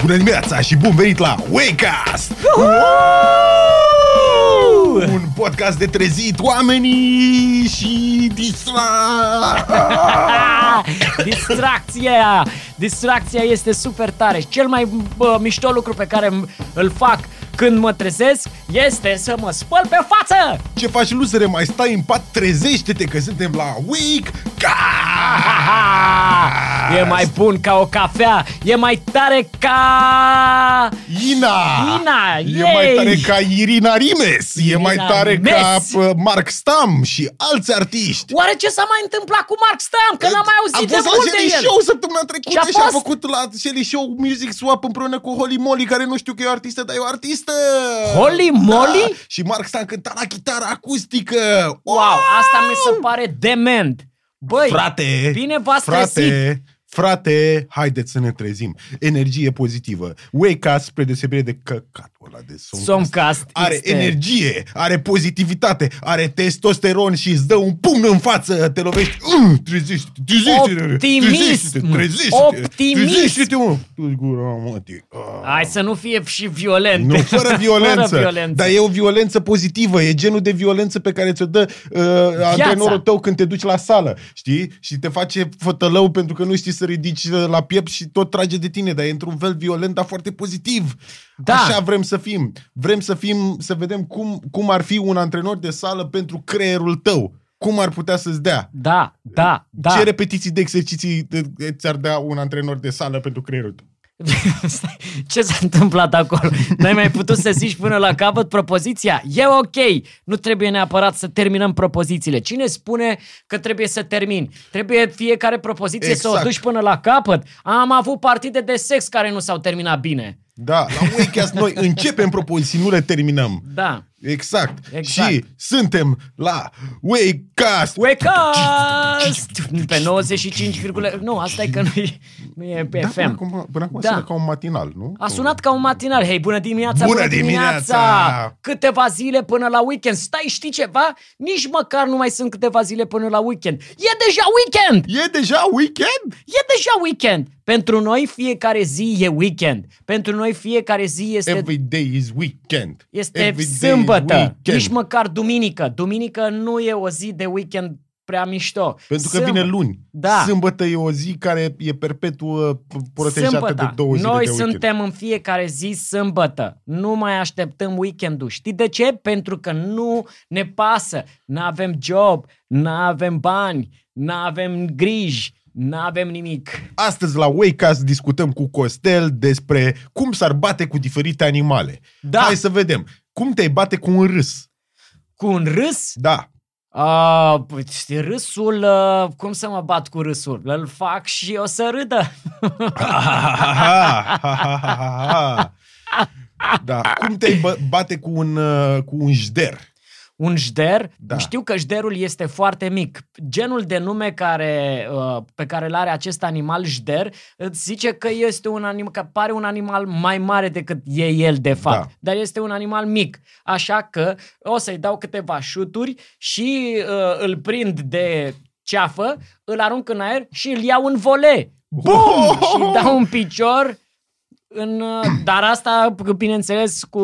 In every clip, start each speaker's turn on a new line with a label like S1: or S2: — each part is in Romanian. S1: Bună dimineața și bun venit la Wakecast! Un podcast de trezit oamenii și distra...
S2: Distracția! Distracția este super tare. Cel mai bă, mișto lucru pe care îmi- îl fac când mă trezesc este să mă spăl pe față!
S1: Ce faci, luzere? Mai stai în pat? Trezește-te că suntem la Wakecast!
S2: E mai bun ca o cafea, e mai tare ca...
S1: Ina!
S2: Ina,
S1: E mai
S2: yay!
S1: tare ca Irina Rimes, e mai
S2: Irina
S1: tare ca
S2: Mes!
S1: uh, Mark Stam și alți artiști.
S2: Oare ce s-a mai întâmplat cu Mark Stam? Că n-am mai auzit
S1: a
S2: de
S1: fost la
S2: mult de
S1: Shelly
S2: el!
S1: Show săptămâna trecută
S2: Și a
S1: și a,
S2: fost.
S1: făcut la Shelly Show Music Swap împreună cu Holly Molly, care nu știu că e o artistă, dar e o artistă. Da.
S2: Holly Molly?
S1: Și Mark Stam cânta la chitară acustică.
S2: Wow, asta mi se pare dement! Băi,
S1: Frate,
S2: bine v-ați
S1: frate,
S2: trezit!
S1: frate, haideți să ne trezim. Energie pozitivă. Wake up spre deosebire de căcatul ăla de somn.
S2: Somcast
S1: Are
S2: este-
S1: energie, are pozitivitate, are testosteron și îți dă un pumn în față, te lovești, mm, trezește-te, trezește-te,
S2: Optimism!
S1: trezește-te, trezește-te,
S2: Optimism!
S1: trezește-te, mă, tu-ți gura, mă, te- Ah.
S2: Hai să nu fie și violent.
S1: Nu, fără violență.
S2: fără violență.
S1: Dar e o violență pozitivă, e genul de violență pe care ți-o dă uh, antrenorul tău când te duci la sală, știi? Și te face fătălău pentru că nu știi să ridici uh, la piept și tot trage de tine, dar e într-un fel violent, dar foarte pozitiv.
S2: Da.
S1: Așa vrem să fim. Vrem să fim, să vedem cum, cum ar fi un antrenor de sală pentru creierul tău. Cum ar putea să-ți dea?
S2: Da, da, da.
S1: Ce repetiții de exerciții te- ți-ar dea un antrenor de sală pentru creierul tău?
S2: Stai, Ce s-a întâmplat acolo? N-ai mai putut să zici până la capăt propoziția? E ok! Nu trebuie neapărat să terminăm propozițiile. Cine spune că trebuie să termini? Trebuie fiecare propoziție să o
S1: Exact.
S2: duci până la capăt. Am avut partide de sex care nu s-au terminat bine.
S1: Da, la Wakecast noi începem propoziții, nu le terminăm.
S2: Da.
S1: Exact.
S2: Exact.
S1: Și suntem la Wakecast.
S2: Wake up! Pe 95, virgule- nu, asta e că nu e, nu e pe
S1: da,
S2: FM.
S1: până acum, până acum da.
S2: Da.
S1: sună ca un matinal, nu?
S2: A sunat ca un matinal. Hei, bună dimineața!
S1: Bună dimineața!
S2: Câteva zile până la weekend. Stai, știi ceva? Nici măcar nu mai sunt câteva zile până la weekend. E deja weekend!
S1: E deja weekend?
S2: E deja weekend! Pentru noi fiecare zi e weekend. Pentru noi fiecare zi este...
S1: Every day is weekend.
S2: este
S1: Every day is
S2: sâmbătă,
S1: weekend.
S2: nici măcar duminică. Duminică nu e o zi de weekend prea mișto.
S1: Pentru că vine luni.
S2: Da.
S1: Sâmbătă e o zi care e perpetuă p- protejată
S2: Sâmbăta.
S1: de două zile
S2: Noi
S1: de weekend.
S2: suntem în fiecare zi sâmbătă. Nu mai așteptăm weekendul. Știi de ce? Pentru că nu ne pasă. Nu avem job, nu avem bani, nu avem griji, nu avem nimic.
S1: Astăzi la Wakecast discutăm cu Costel despre cum s-ar bate cu diferite animale.
S2: Da.
S1: Hai să vedem. Cum te bate cu un râs?
S2: Cu un râs?
S1: Da.
S2: Uh, râsul, uh, cum să mă bat cu râsul? Îl fac și o să râdă.
S1: Da. Cum te bate cu un, uh, cu un jder?
S2: un jder. Da.
S1: Da.
S2: Știu că jderul este foarte mic. Genul de nume care, uh, pe care îl are acest animal jder îți zice că este un animal, că pare un animal mai mare decât e el de fapt, da.
S1: Da.
S2: dar este un animal mic. Așa că o să-i dau câteva șuturi și uh, îl prind de ceafă, îl arunc în aer și îl iau în vole. Bum!
S1: Oh!
S2: Și dau un picior în, uh, dar asta, bineînțeles, cu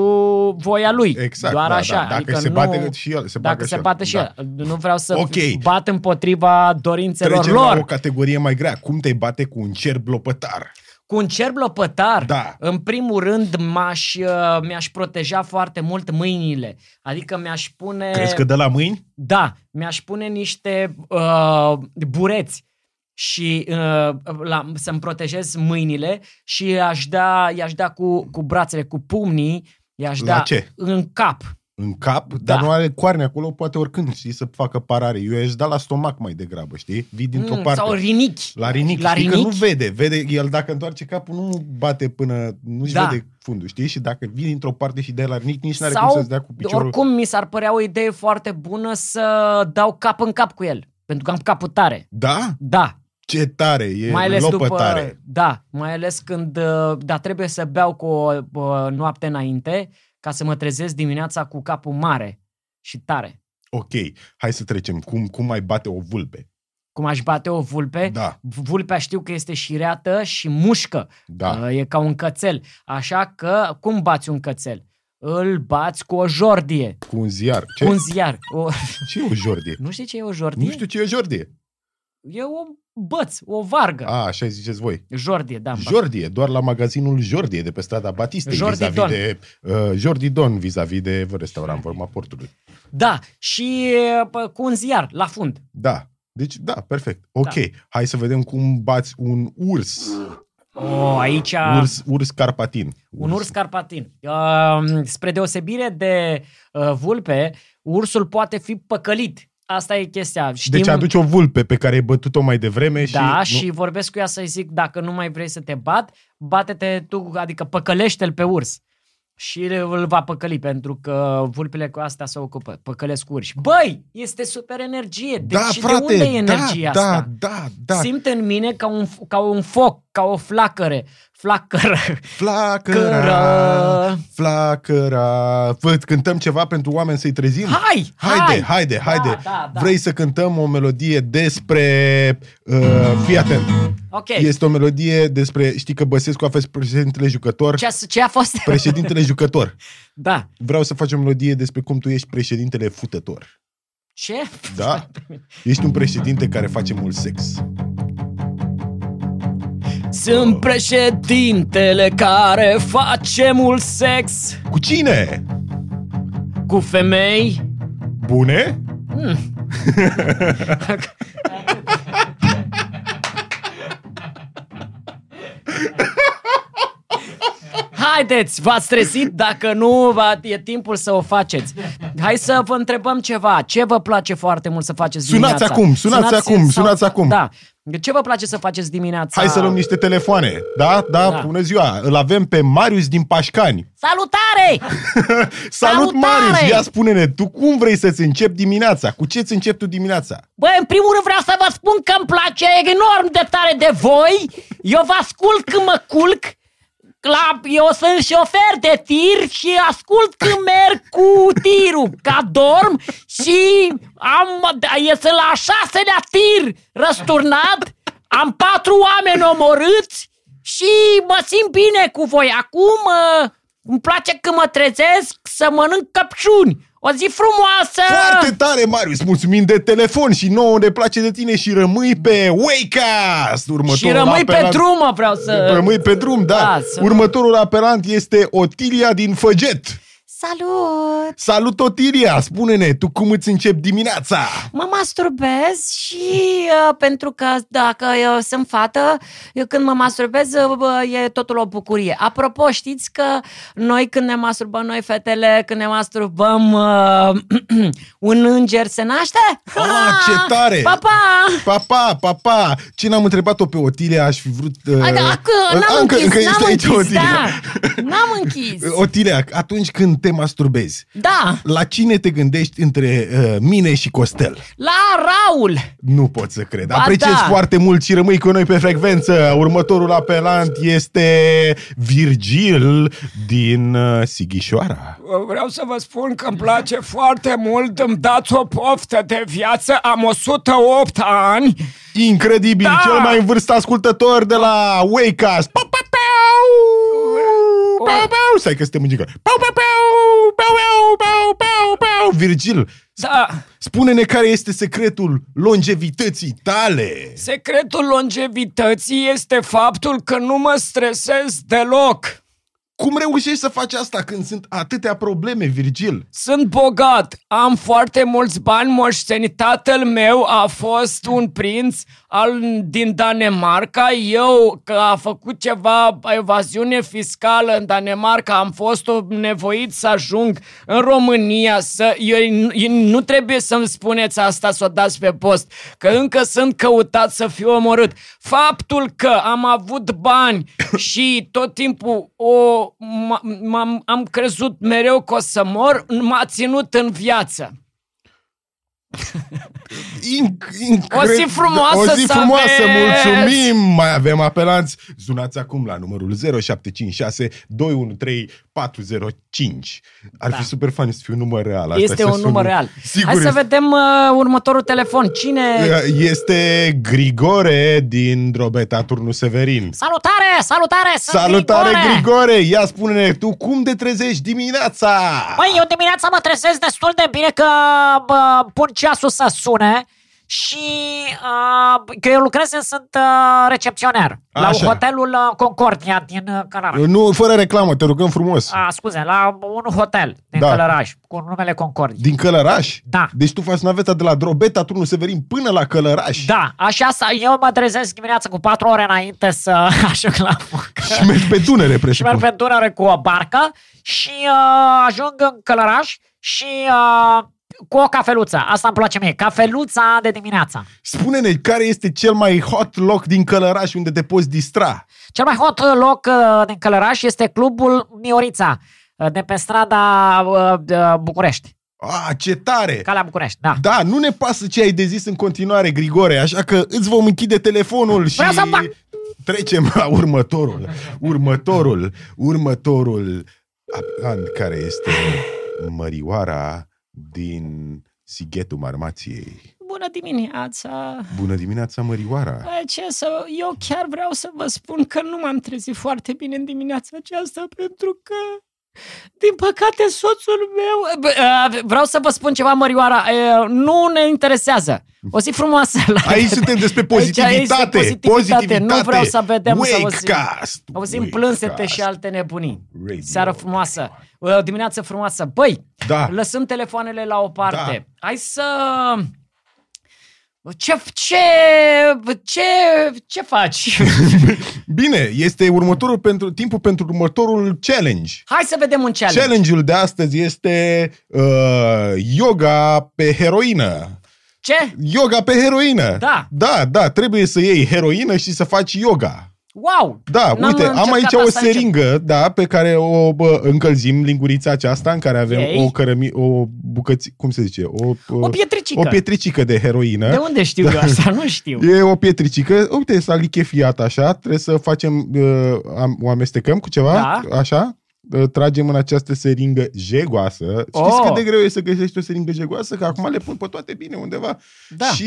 S2: voia lui.
S1: Exact,
S2: Doar
S1: da,
S2: așa.
S1: da. Dacă
S2: adică
S1: se
S2: nu...
S1: bate și el, se
S2: dacă
S1: bagă
S2: se
S1: și
S2: bate
S1: el.
S2: și
S1: Da.
S2: el. Nu vreau să
S1: Ok.
S2: okay. bat împotriva dorințelor
S1: Trecem
S2: lor.
S1: la o categorie mai grea. Cum te bate cu un cerb lopătar?
S2: Cu un cerb lopătar,
S1: Da.
S2: în primul rând, m-aș, uh, mi-aș proteja foarte mult mâinile. Adică mi-aș pune...
S1: Crezi că de la mâini?
S2: Da, mi-aș pune niște uh, bureți și uh, la, să-mi protejez mâinile și aș da, i-aș da cu, cu brațele, cu pumnii, i-aș
S1: La
S2: da
S1: ce?
S2: în cap.
S1: În cap,
S2: Da.
S1: dar nu are coarne acolo, poate oricând, știi, să facă parare. Eu aș da la stomac mai degrabă, știi? Vii dintr-o
S2: Mm,
S1: parte.
S2: Sau rinichi.
S1: La rinic,
S2: La
S1: la știi
S2: rinic?
S1: că nu vede. vede. El dacă întoarce capul, nu bate până, nu-și
S2: Da.
S1: vede fundul, știi? Și dacă vii dintr-o parte și dai la rinic, nici n-are
S2: sau,
S1: cum să-ți dea cu piciorul.
S2: oricum, mi s-ar părea o idee foarte bună să dau cap în cap cu el. Pentru că am capul tare.
S1: Da?
S2: Da,
S1: Ce tare, e
S2: mai ales
S1: lopătare.
S2: după... Da, mai ales când... uh, Da, trebuie să beau cu o bă, noapte înainte ca să mă trezesc dimineața cu capul mare și tare.
S1: Ok, hai să trecem. Cum, cum mai bate o vulpe?
S2: cum aș bate o vulpe.
S1: Da.
S2: Vulpea știu că este șireată și mușcă.
S1: Da.
S2: Uh, E ca un cățel. Așa că, cum bați un cățel? Îl bați cu o jordie.
S1: Cu un ziar. Ce,
S2: Cu un ziar. O...
S1: ce e o jordie?
S2: Nu Da. știi ce e o jordie?
S1: Nu știu ce e o jordie.
S2: E o băț, o vargă.
S1: A, așa ziceți voi.
S2: Jordie, da. îmi bag.
S1: Jordie, doar la magazinul Jordie de pe strada Batistei
S2: Jordi
S1: vis-a-vis
S2: Don.
S1: de uh, Jordi Don vis-a-vis de restaurant Vorma Portului.
S2: Da, și e, pă, cu un ziar, la fund.
S1: Da. Deci, da, perfect. Ok, hai să vedem cum bați un urs.
S2: O, aici...
S1: Urs, urs carpatin.
S2: Ah. Un urs carpatin. Uh, spre deosebire de uh, vulpe, ursul poate fi păcălit. Asta e chestia. Știm,
S1: Deci aduci o vulpe pe care ai bătut-o mai devreme și...
S2: da,
S1: nu-
S2: și, vorbesc cu ea să-i zic, dacă nu mai vrei să te bat, bate-te tu, adică păcălește-l pe urs. Și îl va păcăli, pentru că vulpile cu asta se ocupă, păcălesc urși. Băi, este super energie. Deci
S1: da,
S2: și
S1: frate,
S2: de unde e
S1: da,
S2: energia
S1: da,
S2: asta?
S1: da, da, da.
S2: Simt în mine ca un, ca un foc, ca o flacăre. Flacără.
S1: Flacăra,
S2: Cără.
S1: flacăra. Vă cântăm ceva pentru oameni să-i trezim?
S2: Hai,
S1: Haide,
S2: hai!
S1: haide,
S2: Da,
S1: haide.
S2: da, da.
S1: Vrei să cântăm o melodie despre... Uh, fii atent.
S2: Ok.
S1: Este o melodie despre... Știi că Băsescu a fost președintele jucător?
S2: Ce a, ce a fost?
S1: Președintele jucător.
S2: Da.
S1: Vreau să faci o melodie despre cum tu ești președintele futător.
S2: Ce?
S1: Da? Ești un președinte care face mult sex.
S2: Sunt președintele care face mult sex
S1: Cu cine?
S2: cu femei.
S1: Bune?
S2: Haideți, v-ați trezit, dacă nu, va- e timpul să o faceți. Hai să vă întrebăm ceva. Ce vă place foarte mult să faceți
S1: Sunați
S2: dimineața?
S1: acum, sunați acum, sunați acum.
S2: Da. Ce vă place să faceți dimineața?
S1: Hai să luăm niște telefoane. Da? Da?
S2: Da.
S1: Bună ziua! Îl avem pe Marius din Pașcani.
S2: Salutare!
S1: Salut,
S2: Salutare!
S1: Marius! Ia spune-ne, tu cum vrei să-ți începi dimineața? Cu ce-ți începi tu dimineața?
S3: Ah!
S2: Bă, în primul rând vreau să vă spun că îmi place enorm de tare de voi. Eu vă ascult când mă culc. La, eu sunt șofer de tir și ascult când merg cu tirul, ca dorm și am, este la șaselea tir răsturnat, am patru oameni omorâți și mă simt bine cu voi. Acum uh, îmi place când mă trezesc să mănânc căpșuni. O zi frumoasă!
S1: Foarte tare, Marius! Mulțumim de telefon și nouă ne place de tine și rămâi pe Wakecast!
S2: Și
S1: Următorul
S2: rămâi pe
S1: apelant-
S2: drumă, vreau să...
S1: Rămâi pe drum, da.
S2: Da, să-
S1: Următorul apelant este Otilia din Făget.
S3: Salut!
S1: Salut, Otilia! Spune-ne, tu cum îți începi dimineața?
S3: Mă masturbez și uh, pentru că dacă eu sunt fată, eu când mă masturbez uh, bă, e totul o bucurie. Apropo, știți că noi când ne masturbăm, noi fetele, când ne masturbăm, uh, un înger se naște?
S1: Ah, ce tare!
S3: Pa, pa!
S1: Papa, papa! Ce n-am întrebat-o pe Otilia, aș fi vrut... Uh,
S3: Hai, da, Că n-am
S1: încă,
S3: închis,
S1: încă ești
S3: n-am
S1: aici,
S3: închis,
S1: Otilia.
S3: da. N-am închis.
S1: Otilia, atunci când te masturbezi,
S3: Da,
S1: la cine te gândești între uh, mine și Costel?
S3: la Raul.
S1: Nu pot să cred.
S3: Ba
S1: Apreciez
S3: da.
S1: foarte mult și rămâi cu noi pe frecvență. Următorul apelant este Virgil din uh, Sighișoara.
S4: Vreau să vă spun că îmi place foarte mult, îmi dați o poftă de viață, am 108 ani.
S1: Incredibil,
S4: Da!
S1: cel mai în vârstă ascultător de la Wakecast. Pau, pau, pau! Pau, pau! Stai că suntem în jingle. Pau, pau, pau! Pau, pau, pau, pau, pau! Virgil,
S4: Da,
S1: spune-ne care este secretul longevității tale.
S4: secretul longevității este faptul că nu mă stresez deloc.
S1: Cum reușești să faci asta când sunt atâtea probleme, Virgil?
S4: Sunt bogat, am foarte mulți bani moșteni. Tatăl meu a fost un prinț al, din Danemarca. Eu, că a făcut ceva evaziune fiscală în Danemarca, am fost nevoit să ajung în România. Să, eu, eu, nu trebuie să-mi spuneți asta, să o dați pe post, că încă sunt căutat să fiu omorât. Faptul că am avut bani și tot timpul o, m- m-am, am crezut mereu că o să mor, m-a ținut în viață.
S1: Inc- incre-
S4: O zi frumoasă
S1: O zi
S4: să
S1: frumoasă,
S4: aveți!
S1: mulțumim! Mai avem apelanți. Sunați acum la numărul 0756 213 405. Ar fi super fan să fie un număr real. Asta
S2: Da. Este
S1: să
S2: un
S1: sun-
S2: număr real.
S1: Sigur,
S2: Hai să
S1: este-
S2: vedem uh, următorul telefon. Cine...
S1: Este Grigore din Drobeta, turnul Severin.
S2: Salutare, salutare, sunt
S1: Salutare,
S2: Grigore!
S1: Grigore! Ia spune-ne, tu cum te trezești dimineața?
S2: Băi, eu dimineața mă trezesc destul de bine că bă, pun ceasul să sune și uh, că eu lucrez, eu sunt uh, recepționer la
S1: Așa.
S2: hotelul uh, Concordia din uh, Călăraș.
S1: Nu, fără reclamă, te rugăm frumos.
S2: Ah, scuze, la un hotel din
S1: Da.
S2: da. Călăraș cu numele Concordia.
S1: Din Călăraș?
S2: Da.
S1: Deci tu faci naveta de la Drobeta, turnul Severin, până la Călăraș?
S2: Da, așa, sa- eu mă trezesc dimineața cu patru ore înainte să ajung la muncă.
S1: Și mergi pe Dunăre,
S2: și merg
S1: presupun.
S2: pe Dunăre cu o barcă și uh, ajung în Călăraș și uh, cu o cafeluță. Asta îmi place mie. Cafeluța de dimineața.
S1: Spune-ne, care este cel mai hot loc din Călăraș unde te poți distra?
S2: Cel mai hot uh, loc uh, din Călăraș este clubul Miorița, uh, de pe strada uh, de București.
S1: A, ce tare!
S2: Calea București, da.
S1: Da, nu ne pasă ce ai de zis în continuare, Grigore, așa că îți vom închide telefonul și
S2: Vreau să fac-
S1: trecem la următorul. Următorul, următorul aplan care este Mărioara din Sighetul Marmației.
S3: Bună dimineața!
S1: Bună dimineața, Mărioara!
S3: Bă, ce să... Eu chiar vreau să vă spun că nu m-am trezit foarte bine în dimineața aceasta pentru că... Din păcate, soțul meu...
S2: Bă, uh, Vreau să vă spun ceva, Mărioara, uh, nu ne interesează. O zi frumoasă la
S1: Aici suntem despre
S2: Aici- aici este
S1: pozitivitate,
S2: pozitivitate. Nu vreau să vedem, să auzim.
S1: Wakecast!
S2: Auzim plânsete
S1: Wakecast.
S2: și alte nebunii.
S1: Radio.
S2: Seară frumoasă, Uh, dimineață frumoasă. Băi,
S1: Da.
S2: lăsăm telefoanele la o parte. Hai să... Ce, ce, ce, ce faci?
S1: Bine, este următorul pentru, timpul pentru următorul challenge.
S2: Hai să vedem un challenge. challenge.
S1: Challenge-ul de astăzi este uh, yoga pe heroină.
S2: Ce?
S1: Yoga pe heroină.
S2: Da.
S1: Da, da, trebuie să iei heroină și să faci yoga.
S2: Wow!
S1: Da,
S2: N-am
S1: uite, am
S2: încercat
S1: aici o
S2: asta, încerc.
S1: seringă, da, pe care o bă, încălzim, lingurița aceasta, în care avem
S2: Ei.
S1: o cărămi, o bucăți, cum se zice, o,
S2: O pietricică.
S1: o pietricică de heroină.
S2: De unde știu eu asta? Nu știu.
S1: E o pietricică, uite, s-a lichefiat așa, trebuie să facem, uh, am- o amestecăm cu ceva,
S2: Da.
S1: așa, uh, tragem în această seringă jegoasă. Știți
S2: Oh.
S1: cât de greu e să găsești o seringă jegoasă? Că acum le pun pe toate bine undeva.
S2: Da.
S1: Și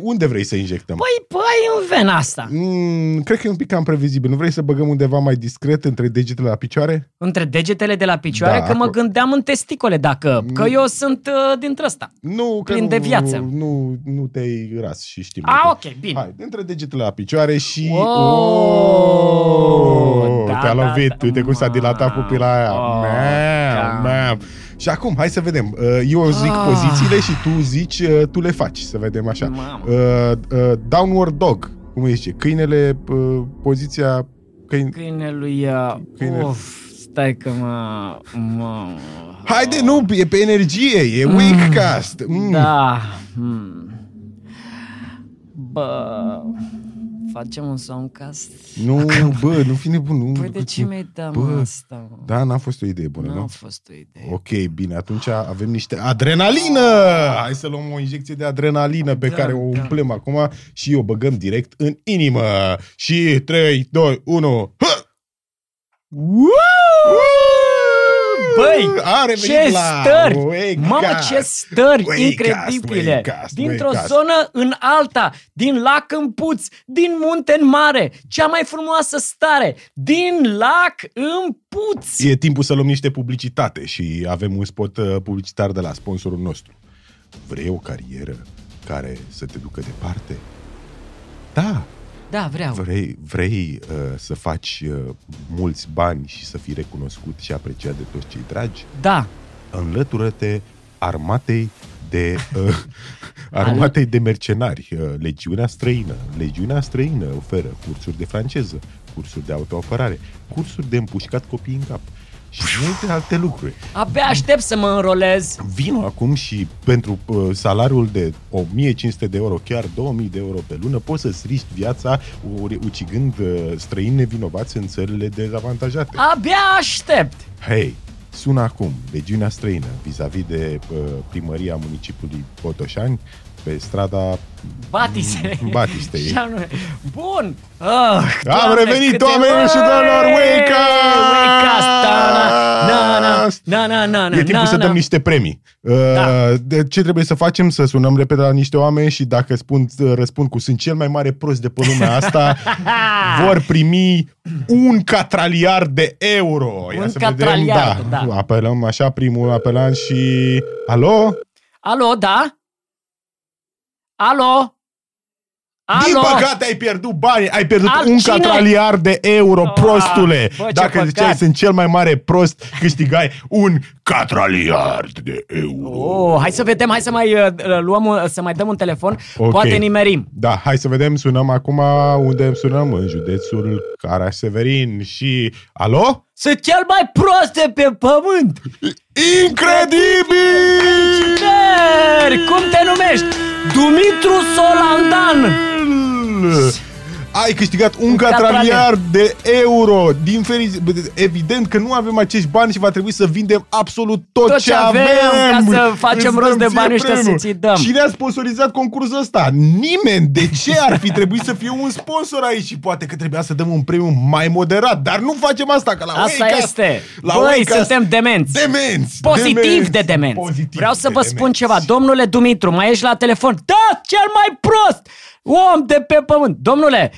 S1: unde vrei să injectăm?
S2: Păi, păi, în vena asta.
S1: Mm, cred că e un pic cam previzibil. Nu vrei să băgăm undeva mai discret între degetele la picioare?
S2: Între degetele de la picioare,
S1: Da,
S2: da, că mă
S1: acolo. Mm.
S2: gândeam în testicole, dacă... Că eu sunt uh, dintre ăsta.
S1: Nu, că
S2: Plin
S1: nu,
S2: de viață.
S1: Nu, nu te-ai ras și știm.
S2: A,
S1: că-
S2: ok, bine.
S1: Hai, între degetele la picioare și...
S2: Oh,
S1: Oh,
S2: da,
S1: te-a
S2: da,
S1: lovit.
S2: da.
S1: Uite cum s-a dilatat pupila aia.
S2: Oh,
S1: Mam,
S2: da.
S1: mam. Și acum, hai să vedem. Uh, Eu zic
S2: Ah.
S1: pozițiile și tu zici, uh, tu le faci. Să vedem așa.
S2: Mamă.
S1: Uh, uh, Downward dog. Cum îi zice? Câinele, uh, poziția... Câine...
S2: Câine lui... Uh,
S1: Câine.
S2: Uf, stai că mă... mă
S1: Haide, nu, e pe energie, e weak cast. Mm.
S2: Da. Hmm. Bă... Facem un somncast?
S1: Nu, bă, nu fi nebun. Nu,
S2: Păi de ce mi-ai dat mă,
S1: Bă,
S2: asta, mă?
S1: Da, n-a fost o idee bună,
S2: Nu a
S1: nu?
S2: fost o idee.
S1: Ok, bine, atunci avem niște adrenalină! Hai să luăm o injecție de adrenalină
S2: Da,
S1: pe care o umplem acum și o băgăm direct în inimă. Și 3, 2, 1... Hă!
S2: Băi,
S1: A revenit
S2: Păi, ce
S1: la
S2: stări!
S1: Wakecast.
S2: Mamă, ce stări
S1: Wakecast,
S2: incredibile!
S1: Wakecast,
S2: Dintr-o
S1: Wakecast.
S2: zonă în alta, din lac în puț, din munte în mare, cea mai frumoasă stare, din lac în puț!
S1: E timpul să luăm niște publicitate și avem un spot uh, publicitar de la sponsorul nostru. Vrei o carieră care să te ducă departe? Da,
S2: Da, vreau.
S1: vrei, vrei uh, să faci uh, mulți bani și să fii recunoscut și apreciat de toți cei dragi?
S2: Da.
S1: Înlătură-te armatei de uh, armatei de mercenari, uh, legiunea străină. Legiunea străină oferă cursuri de franceză, cursuri de autoapărare, cursuri de împușcat copii în cap și multe alte lucruri.
S2: Abia aștept să mă înrolez.
S1: Vino acum și pentru uh, salariul de 1500 de euro, chiar 2000 de euro pe lună, poți să-ți riști viața ori- ucigând uh, străini nevinovați în țările dezavantajate.
S2: Abia aștept.
S1: Hei, sună acum legiunea străină vis-a-vis de uh, primăria municipiului Botoșani pe strada
S2: Batise.
S1: Batistei.
S2: Și anume. Bun! Ah,
S1: Păi. Am
S2: Doamne,
S1: revenit,
S2: câte-
S1: oamenilor și domnilor! Wake up!
S2: Wake up! Na, na, na, na, na, na, na,
S1: E timpul
S2: na,
S1: să
S2: na. Da.
S1: dăm niște premii. Uh, De ce trebuie să facem? Să sunăm repede la niște oameni și dacă spun, uh, răspund cu sunt cel mai mare prost de pe lumea asta, vor primi un catraliar de euro. Ia
S2: Un
S1: să
S2: catraliar,
S1: vedem.
S2: da.
S1: Apelăm așa primul apelant și... Alo?
S2: Alo, da? Alo?
S1: Din
S2: Alo?
S1: păcate ai pierdut bani, ai pierdut
S2: Al-
S1: un
S2: cine? Ah,
S1: catraliar de euro, prostule.
S2: bă, ce
S1: Dacă
S2: păcat.
S1: ziceai sunt cel mai mare prost, câștigai un catraliar de euro.
S2: Oh, hai să vedem, hai să mai uh, luăm, un- să mai dăm un telefon.
S1: Ok.
S2: Poate nimerim.
S1: Da, hai să vedem, sunăm acum unde sunăm, în județul Caraș-Severin și... Alo?
S2: Sunt cel mai prost de pe pământ!
S1: Incredibil!
S2: Cer! Cum te numești? Dumitru Solandan!
S1: Ai câștigat un catraliar de euro. Din ferici... Evident că nu avem acești bani și va trebui să vindem absolut tot,
S2: Tot ce avem ca să facem
S1: Îți
S2: rost
S1: dăm
S2: de
S1: ție
S2: bani ăștia
S1: premiul.
S2: să ți-i dăm.
S1: Cine a sponsorizat concursul ăsta? Nimeni. De ce ar fi trebuit să fie un sponsor aici? Și poate că trebuia să dăm un premiu mai moderat. Dar nu facem asta, că la
S2: Asta
S1: Wakecast-
S2: este.
S1: La
S2: Băi,
S1: Wakecast-
S2: suntem demenți.
S1: Demenți!
S2: Pozitiv de demenți.
S1: Pozitiv
S2: Vreau să
S1: de
S2: vă
S1: demenți.
S2: spun ceva. Domnule Dumitru, mai ești la telefon? Da, cel mai prost om de pe pământ. Domnule,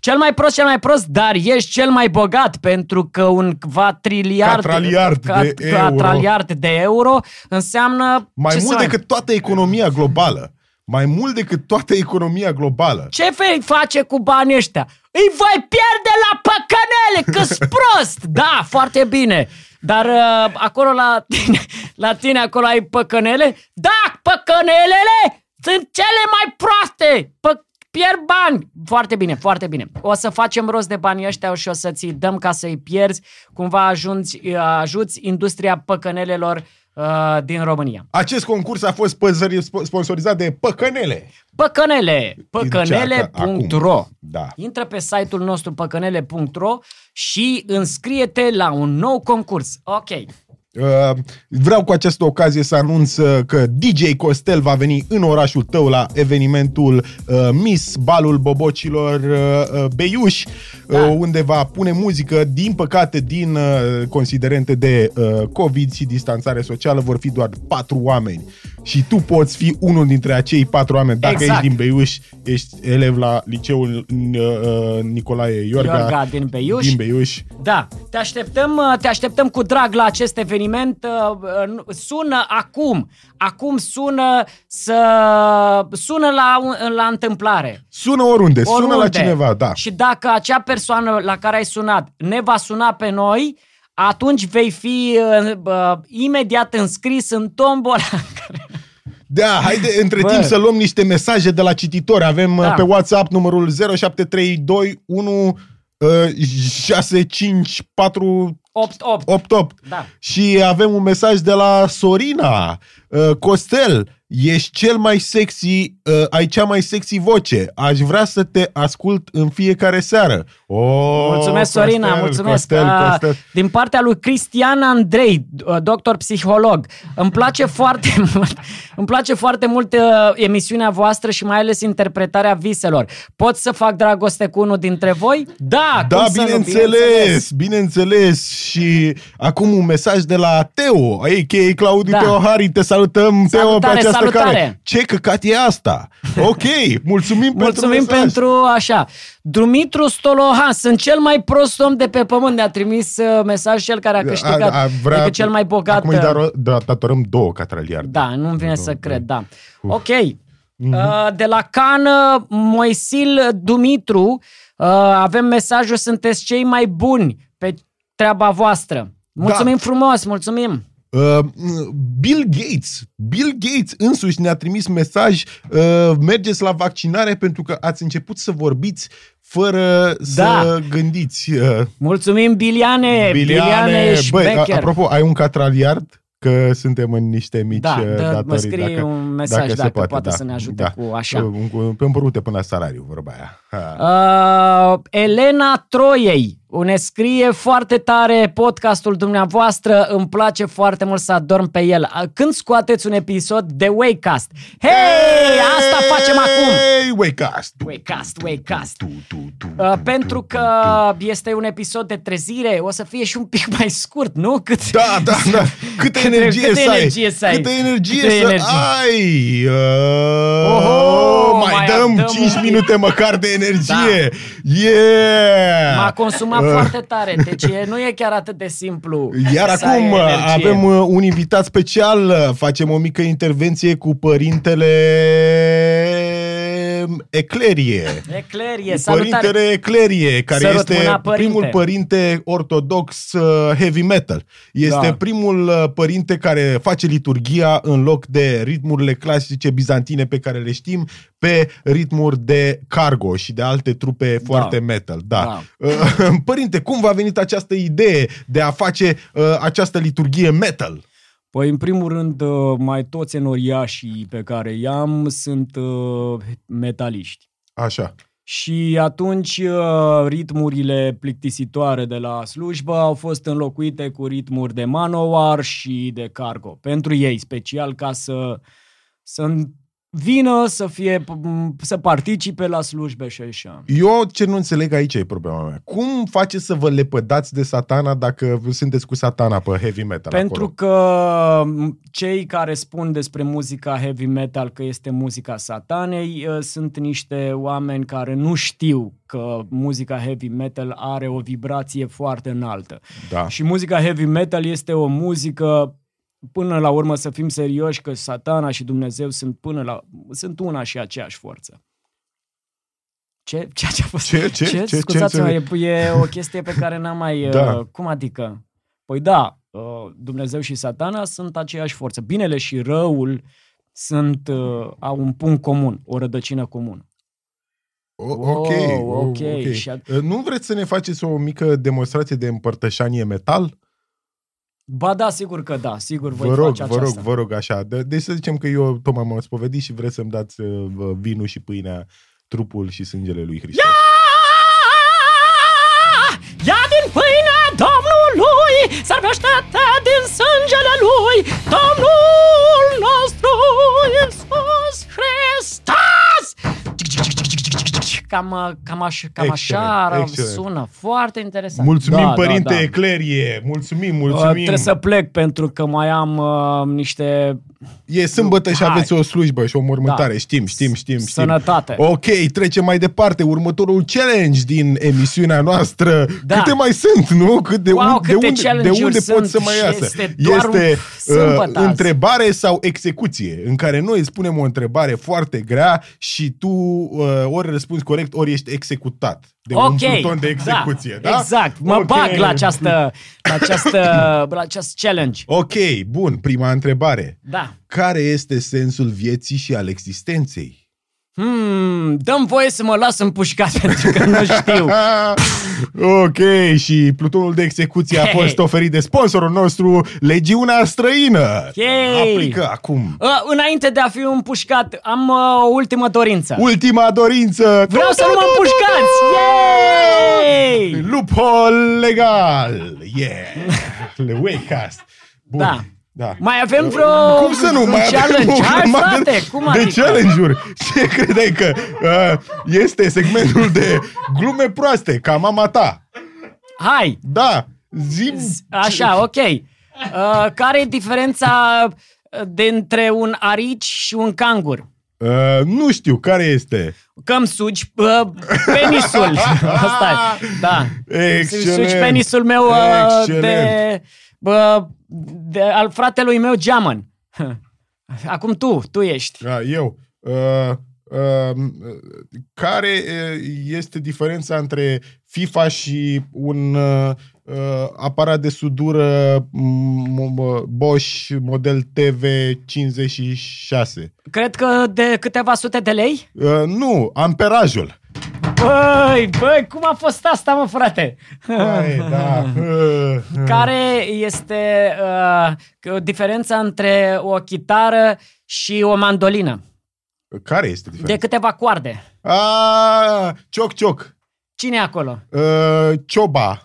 S2: cel mai prost, cel mai prost, dar ești cel mai bogat pentru că un quatriliard
S1: Catraliard de euro.
S2: catraliard de euro înseamnă
S1: Mai
S2: ce să
S1: mult decât toată economia globală. Mai mult decât toată economia globală.
S2: Ce vei face cu banii ăștia? Îi voi pierde la păcănele, că sunt prost! Da, foarte bine. Dar uh, acolo la tine, la tine, acolo ai păcănele? Da, păcănelele sunt cele mai proaste! Pă- pierd bani! Foarte bine, foarte bine. O să facem rost de banii ăștia și o să ți dăm ca să-i pierzi. Cumva ajungi, uh, ajuți industria păcănelelor uh, din România.
S1: Acest concurs a fost păzări- spo- sponsorizat de Păcănele.
S2: Păcănele!
S1: Deci, acum.
S2: Păcănele.ro
S1: Da.
S2: Intră pe site-ul nostru păcănele.ro și înscrie-te la un nou concurs. Ok.
S1: Uh, vreau cu această ocazie să anunț uh, că DJ Costel va veni în orașul tău la evenimentul uh, Miss Balul Bobocilor uh, uh, Beiuș, da. uh, unde va pune muzică, din păcate, din uh, considerente de uh, COVID și distanțare socială, vor fi doar patru oameni. Și tu poți fi unul dintre acei patru oameni. Dacă
S2: Exact.
S1: ești din Beiuș, ești elev la liceul uh, uh, Nicolae Iorga,
S2: Iorga din Beiuș.
S1: Din Beiuș.
S2: Da, te așteptăm, uh, te așteptăm cu drag la acest eveniment. Uh, uh, nu- Sună acum, acum sună să sună la, un- la întâmplare.
S1: Sună oriunde, sună la
S2: Oriunde.
S1: cineva, da.
S2: Și dacă acea persoană la care ai sunat ne va suna pe noi, atunci vei fi uh, uh, imediat înscris în tombola care
S1: Da, haide între
S2: Bă.
S1: timp să luăm niște mesaje de la cititori. Avem
S2: Da.
S1: da. pe WhatsApp numărul 0732 uh, 6548
S2: 8-8. Da.
S1: și avem un mesaj de la Sorina. Uh, Costel, ești cel mai sexy, uh, ai cea mai sexy voce. Aș vrea să te ascult în fiecare seară. Oh,
S2: Mulțumesc, Sorina,
S1: Costel,
S2: mulțumesc. Ah.
S1: Costel,
S2: A,
S1: Costel.
S2: Din partea lui Cristian Andrei, doctor psiholog, îmi place foarte mult, îmi place foarte mult uh, emisiunea voastră și mai ales interpretarea viselor. Pot să fac dragoste cu unul dintre voi? Da,
S1: Da,
S2: cum să nu,
S1: bineînțeles, bineînțeles. Și acum un mesaj de la Teo, a.k.a. Claudiu
S2: Da.
S1: da. Teohari. Te salutăm, Teo, pe
S2: Salutare,
S1: această
S2: salutare.
S1: care. Ce căcat e asta? Ok, mulțumim,
S2: Mulțumim
S1: pentru mesaj.
S2: pentru așa. Dumitru Stolohan, sunt cel mai prost om de pe pământ. Ne-a trimis uh, mesaj cel care a câștigat a, decât cel mai bogat.
S1: Acum îi
S2: uh,
S1: dar, da, datorăm două catraliarde.
S2: Da, nu-mi vine să
S1: două,
S2: cred, da. Ok.
S1: Mhm.
S2: Uh, De la Cană, Moisil Dumitru, uh, avem mesajul, sunteți cei mai buni pe treaba voastră.
S1: Da.
S2: Mulțumim frumos, mulțumim.
S1: Uh, Bill Gates, Bill Gates însuși ne-a trimis mesaj, uh, mergeți la vaccinare pentru că ați început să vorbiți fără
S2: Da.
S1: să gândiți. Uh,
S2: Mulțumim, Biliane, Biliane,
S1: Băi, a-
S2: Biliane
S1: apropo, ai un catraliard? Că suntem în niște mici
S2: Da,
S1: uh,
S2: dă- mă
S1: datorii.
S2: scrie un mesaj dacă
S1: da.
S2: poate să ne ajute cu așa.
S1: Un- un- Pe împărute până la salariu, vorba aia. Ha.
S2: Uh, Elena Troiei. Ne scrie foarte tare podcastul dumneavoastră, îmi place foarte mult să adorm pe el. Uh, Când scoateți un episod de Wakecast? Hei, asta facem acum!
S1: Hey, wake us!
S2: Wakecast, Wakecast.
S1: Tu, tu, tu,
S2: Uh,
S1: tu,
S2: pentru
S1: tu,
S2: că
S1: tu, tu.
S2: este un episod de trezire, o să fie și un pic mai scurt, nu? Cât...
S1: Da, da, da. Câtă energie,
S2: câtă
S1: să,
S2: energie
S1: ai.
S2: să ai.
S1: Câtă energie
S2: Câtă
S1: să
S2: energie.
S1: ai. Uh,
S2: Oho,
S1: mai,
S2: mai
S1: dăm,
S2: dăm
S1: 5
S2: un- Da.
S1: minute măcar de energie. Yeah!
S2: M-a consumat
S1: Uh,
S2: foarte tare, deci e- nu e chiar atât de simplu.
S1: Iar
S2: să ai
S1: acum uh,
S2: energie.
S1: avem uh, un invitat special, uh, facem o mică intervenție cu părintele Eclerie.
S2: Eclerie, salutare!
S1: Părintele Eclerie, care
S2: Sărut
S1: este
S2: mâna, părinte.
S1: primul părinte ortodox uh, heavy metal. Este
S2: Da.
S1: primul uh, părinte care face liturgia în loc de ritmurile clasice bizantine pe care le știm, pe ritmuri de cargo și de alte trupe foarte metal. Da. Uh, Părinte, cum v-a venit această idee de a face uh, această liturgie metal?
S4: Păi, în primul rând, uh, mai toți enoriașii pe care i-am sunt uh, metaliști.
S1: Așa.
S4: Și atunci uh, ritmurile plictisitoare de la slujbă au fost înlocuite cu ritmuri de manowar și de cargo. Pentru ei, special ca să, să vină, să, fie, să participe la slujbe și așa.
S1: Eu ce nu înțeleg aici e problema mea. Cum faceți să vă lepădați de satana dacă sunteți cu satana pe heavy metal acolo?
S4: Pentru că m, cei care spun despre muzica heavy metal că este muzica satanei uh, sunt niște oameni care nu știu că muzica heavy metal are o vibrație foarte înaltă.
S1: Da.
S4: Și muzica heavy metal este o muzică până la urmă să fim serioși că satana și Dumnezeu sunt până la sunt una și aceeași forță. Ce? Ceea ce a fost?
S1: Ce? Ce? Ce?
S4: ce?
S1: Ce?
S4: Scuzați-mă, e, e o chestie pe care n-am mai...
S1: Da.
S4: Da. Cum adică? Păi da, uh, Dumnezeu și satana sunt aceeași forță. Binele și răul sunt, uh, au un punct comun, o rădăcină comună.
S1: O- Ok,
S4: Wow,
S1: o-
S4: ok.
S1: ok.
S4: Și at-
S1: Nu vreți să ne faceți o mică demonstrație de împărtășanie metal?
S4: Ba da, sigur că da, sigur voi
S1: Vă rog,
S4: face
S1: vă rog,
S4: aceasta.
S1: vă rog, așa. De- Deci să zicem că eu tocmai m-am spovedit și vreți să-mi dați uh, vă vinul și pâinea, trupul și sângele lui Hristos.
S2: Ia din pâinea Domnului, sărbește-te din sângele Lui, Domnul nostru Iisus Hristos! Cam, uh, cam, aș, cam așa
S1: Excelent, excelent.
S2: sună, foarte interesant.
S1: Mulțumim,
S4: Da, da,
S1: părinte
S4: da.
S1: Eclerie! Mulțumim,
S4: Uh,
S1: mulțumim!
S4: trebuie să plec pentru că mai am uh, niște
S1: E sâmbătă și
S4: Hai.
S1: aveți o slujbă și o mormântare.
S4: Da.
S1: Știm, știm, știm, știm.
S4: Sănătate.
S1: Ok, trecem mai departe. Următorul challenge din emisiunea noastră.
S2: Da.
S1: Câte mai sunt, nu? Cât de,
S2: Wow,
S1: un, de
S2: câte
S1: unde, de
S2: challenge-uri
S1: unde pot
S2: sunt
S1: să mai
S2: și
S1: iasă?
S2: este doar un
S1: uh,
S2: sâmbătă azi.
S1: întrebare sau execuție, în care noi îți punem o întrebare foarte grea și tu uh, ori răspunzi corect, ori ești executat de un pluton de execuție. Da?
S2: Exact, mă
S1: Ok.
S2: bag la această, la această, la acest challenge.
S1: Ok, bun, prima întrebare.
S2: Da.
S1: Care este sensul vieții și al existenței?
S2: Hmm, dăm voie să mă las împușcat pentru că nu știu.
S1: ok, și plutonul de execuție a
S2: Hei.
S1: fost oferit de sponsorul nostru, Legiunea Străină.
S2: Yay.
S1: Aplică acum.
S2: Uh, înainte de a fi împușcat, am uh, o ultimă dorință.
S1: Ultima dorință.
S2: Vreau să nu mă împușcați! Yay!
S1: Loophole legal. Yeah. Le Wakecast. Bun.
S2: Da.
S1: Da.
S2: Mai avem vreo
S1: Cum să nu?
S2: un
S1: Mai avem
S2: challenge?
S1: o
S2: Hai,
S1: grămadă
S2: frate, cum
S1: de
S2: adică?
S1: challenge-uri. Ce credeai că uh, este segmentul de glume proaste, ca mama ta?
S2: Hai,
S1: Da. Zim,
S2: așa, ok. Uh, care e diferența uh, dintre un arici și un cangur?
S1: Uh, nu știu care este.
S2: Că îmi sugi uh, penisul. Asta e, da.
S1: Excelent.
S2: Îmi Sugi penisul meu uh,
S1: Excelent.
S2: de, uh, de, al fratelui meu geamăn. Acum tu, tu ești.
S1: Da, eu. Uh, uh, care uh, este diferența între FIFA și un uh, uh, aparat de sudură m- m- Bosch model TV56?
S2: Cred că de câteva sute de lei?
S1: Uh, nu, amperajul.
S2: Băi, băi, cum a fost asta, mă, frate?
S1: Hai, da. Uh, uh.
S2: Care este uh, că- diferența între o chitară și o mandolină?
S1: Care este
S2: De
S1: diferența?
S2: câteva coarde.
S1: Ah, cioc, cioc.
S2: Cine e acolo?
S1: Uh, Cioba.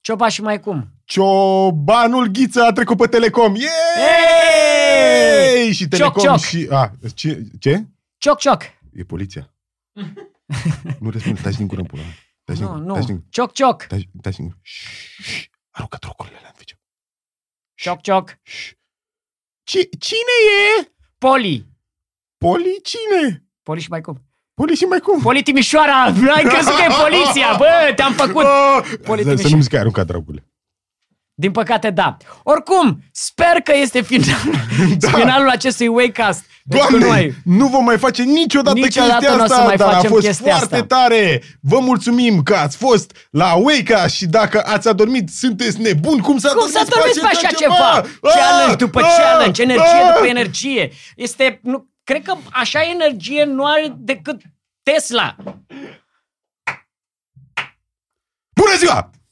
S2: Cioba și mai cum?
S1: Ciobanul Ghiță a trecut pe Telecom. Yay! Și Telecom
S2: cioc.
S1: și... A, ce, ce?
S2: Cioc, cioc.
S1: E poliția. nu răspunde, taci din gură în pula. mea. Taci din
S2: Nu,
S1: gură,
S2: nu.
S1: taci din,
S2: Cioc, cioc.
S1: taci, taci din gură. Șș, șș, Aruncă trocurile alea în video.
S2: Cioc, cioc.
S1: Ci, cine e?
S2: Poli.
S1: Poli cine?
S2: Poli și mai cum?
S1: Poli și mai cum?
S2: Poli Timișoara, ai crezut că e poliția, bă, te-am făcut. Poli
S1: Să, Ah! să
S2: Timișoara.
S1: nu-mi zic că ai aruncat dragule.
S2: Din păcate, da. Oricum, sper că este finalul, da.
S1: Da.
S2: finalul acestui Wakecast. pentru
S1: Doamne,
S2: noi.
S1: nu vom mai face niciodată,
S2: Niciodată
S1: chestia
S2: n-o să
S1: asta,
S2: mai
S1: dar
S2: facem
S1: a fost
S2: chestia
S1: foarte
S2: asta.
S1: tare. Vă mulțumim că ați fost la Wake și dacă ați adormit, sunteți nebuni. Cum să
S2: Cum
S1: adormiți,
S2: să dormiți pe așa ceva?
S1: Ah!
S2: Challenge după
S1: Ah!
S2: challenge, energie
S1: Ah!
S2: după energie. Este, nu, cred că așa energie nu are decât Tesla.
S1: Bună ziua!